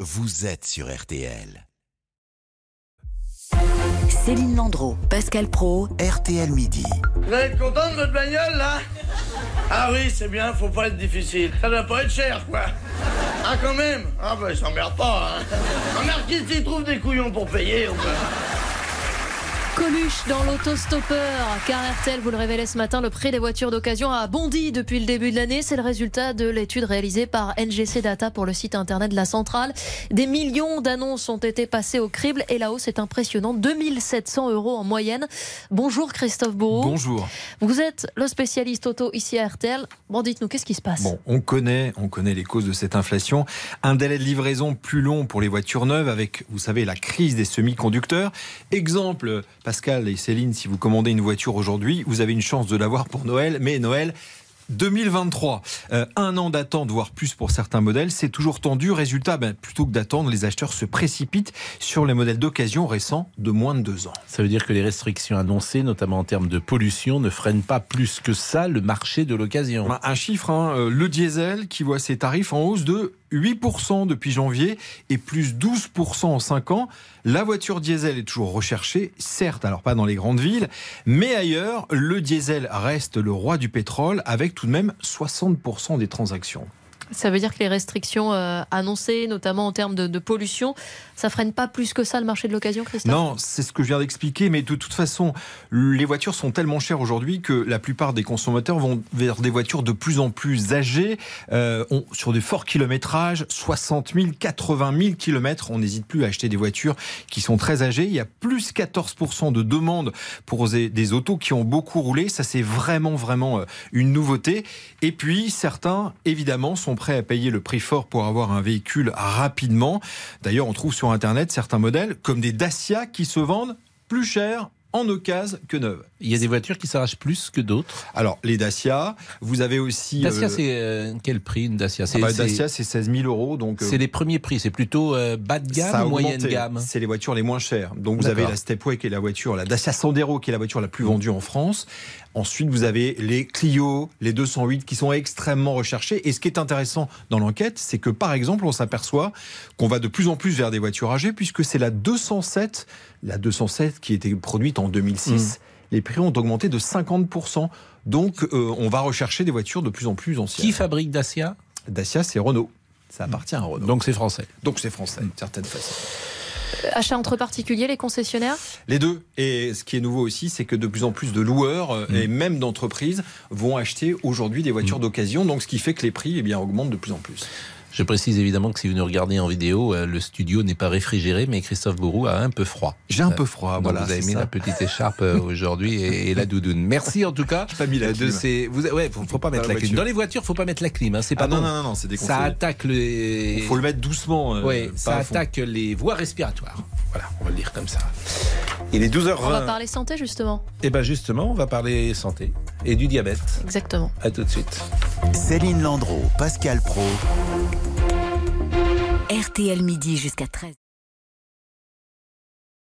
vous êtes sur RTL. Céline Landreau, Pascal Pro, RTL Midi. Vous allez être content de votre bagnole là Ah oui, c'est bien, faut pas être difficile. Ça doit pas être cher quoi. Ah quand même Ah bah ils s'emmerdent pas. Hein. Remarque qu'ils s'y trouvent des couillons pour payer. ou pas. Coluche dans l'autostoppeur, car RTL vous le révélait ce matin, le prix des voitures d'occasion a bondi depuis le début de l'année. C'est le résultat de l'étude réalisée par NGC Data pour le site internet de la centrale. Des millions d'annonces ont été passées au crible et la hausse est impressionnante, 2700 euros en moyenne. Bonjour Christophe Bourreau. Bonjour. Vous êtes le spécialiste auto ici à RTL. Bon, dites-nous, qu'est-ce qui se passe Bon, on connaît, on connaît les causes de cette inflation. Un délai de livraison plus long pour les voitures neuves avec, vous savez, la crise des semi-conducteurs. Exemple, Pascal et Céline, si vous commandez une voiture aujourd'hui, vous avez une chance de l'avoir pour Noël, mais Noël, 2023. Euh, un an d'attente, voire plus pour certains modèles, c'est toujours tendu. Résultat, ben, plutôt que d'attendre, les acheteurs se précipitent sur les modèles d'occasion récents de moins de deux ans. Ça veut dire que les restrictions annoncées, notamment en termes de pollution, ne freinent pas plus que ça le marché de l'occasion. Ben, un chiffre, hein, euh, le diesel qui voit ses tarifs en hausse de 8% depuis janvier et plus 12% en 5 ans. La voiture diesel est toujours recherchée, certes, alors pas dans les grandes villes, mais ailleurs, le diesel reste le roi du pétrole avec tout de même 60% des transactions. Ça veut dire que les restrictions euh, annoncées, notamment en termes de, de pollution, ça freine pas plus que ça le marché de l'occasion, Christophe Non, c'est ce que je viens d'expliquer, mais de toute façon, les voitures sont tellement chères aujourd'hui que la plupart des consommateurs vont vers des voitures de plus en plus âgées, euh, on- sur des forts kilométrages, 60 000, 80 000 kilomètres. On n'hésite plus à acheter des voitures qui sont très âgées. Il y a plus 14% de demandes pour des, des autos qui ont beaucoup roulé. Ça, c'est vraiment, vraiment euh, une nouveauté. Et puis, certains, évidemment, sont prêts à payer le prix fort pour avoir un véhicule rapidement. D'ailleurs, on trouve sur Internet certains modèles, comme des Dacia, qui se vendent plus cher en occasion que neuves. Il y a des voitures qui s'arrachent plus que d'autres. Alors, les Dacia, vous avez aussi... Dacia, euh, c'est euh, quel prix une Dacia ah C'est bah, c'est- Dacia, c'est 16 000 euros, donc... euh, c'est les premiers prix, c'est plutôt euh, bas de ça a gamme ou moyenne augmenté. gamme C'est les voitures les moins chères. Donc vous avez D'accord. la Stepway qui est la voiture, la Dacia Sandero qui est la voiture la plus vendue en France. Ensuite, vous avez les Clio, les 208 qui sont extrêmement recherchés. Et ce qui est intéressant dans l'enquête, c'est que par exemple, on s'aperçoit qu'on va de plus en plus vers des voitures âgées puisque c'est la 207, la 207 qui était produite en 2006. Hmm. Les prix ont augmenté de 50%. Donc, euh, on va rechercher des voitures de plus en plus anciennes. Qui Hmm. fabrique Dacia Dacia, c'est Renault. Ça appartient à Renault. Donc c'est français. Donc, c'est français, d'une certaine façon. Achat Euh, entre particuliers, les concessionnaires Les deux. Et ce qui est nouveau aussi, c'est que de plus en plus de loueurs euh, et même d'entreprises vont acheter aujourd'hui des voitures d'occasion. Donc, ce qui fait que les prix eh bien, augmentent de plus en plus. Je précise évidemment que si vous nous regardez en vidéo, euh, le studio n'est pas réfrigéré, mais Christophe Bourou a un peu froid. J'ai un peu froid. Donc, Ah, voilà, vous avez c'est mis ça. la petite écharpe euh, aujourd'hui et, et la doudoune. Merci en tout cas. pas mis la euh, de clim. ces. Vous, ouais, faut, faut pas mettre Dans la la clim. voiture. Dans les voitures, faut pas mettre la clim. hein, c'est pas Ah non, bon. non, non, non, c'est Ça déconseillé. attaque les. Il faut le mettre doucement. euh, Ouais, pas ça à fond. attaque les voies respiratoires. Voilà, on va le dire comme ça. Il est On va 12h20. parler santé justement. Eh Et ben, bien justement, on va parler santé et du diabète. Exactement. À tout de suite. Céline Landreau, Pascal Pro. RTL Midi jusqu'à 13h.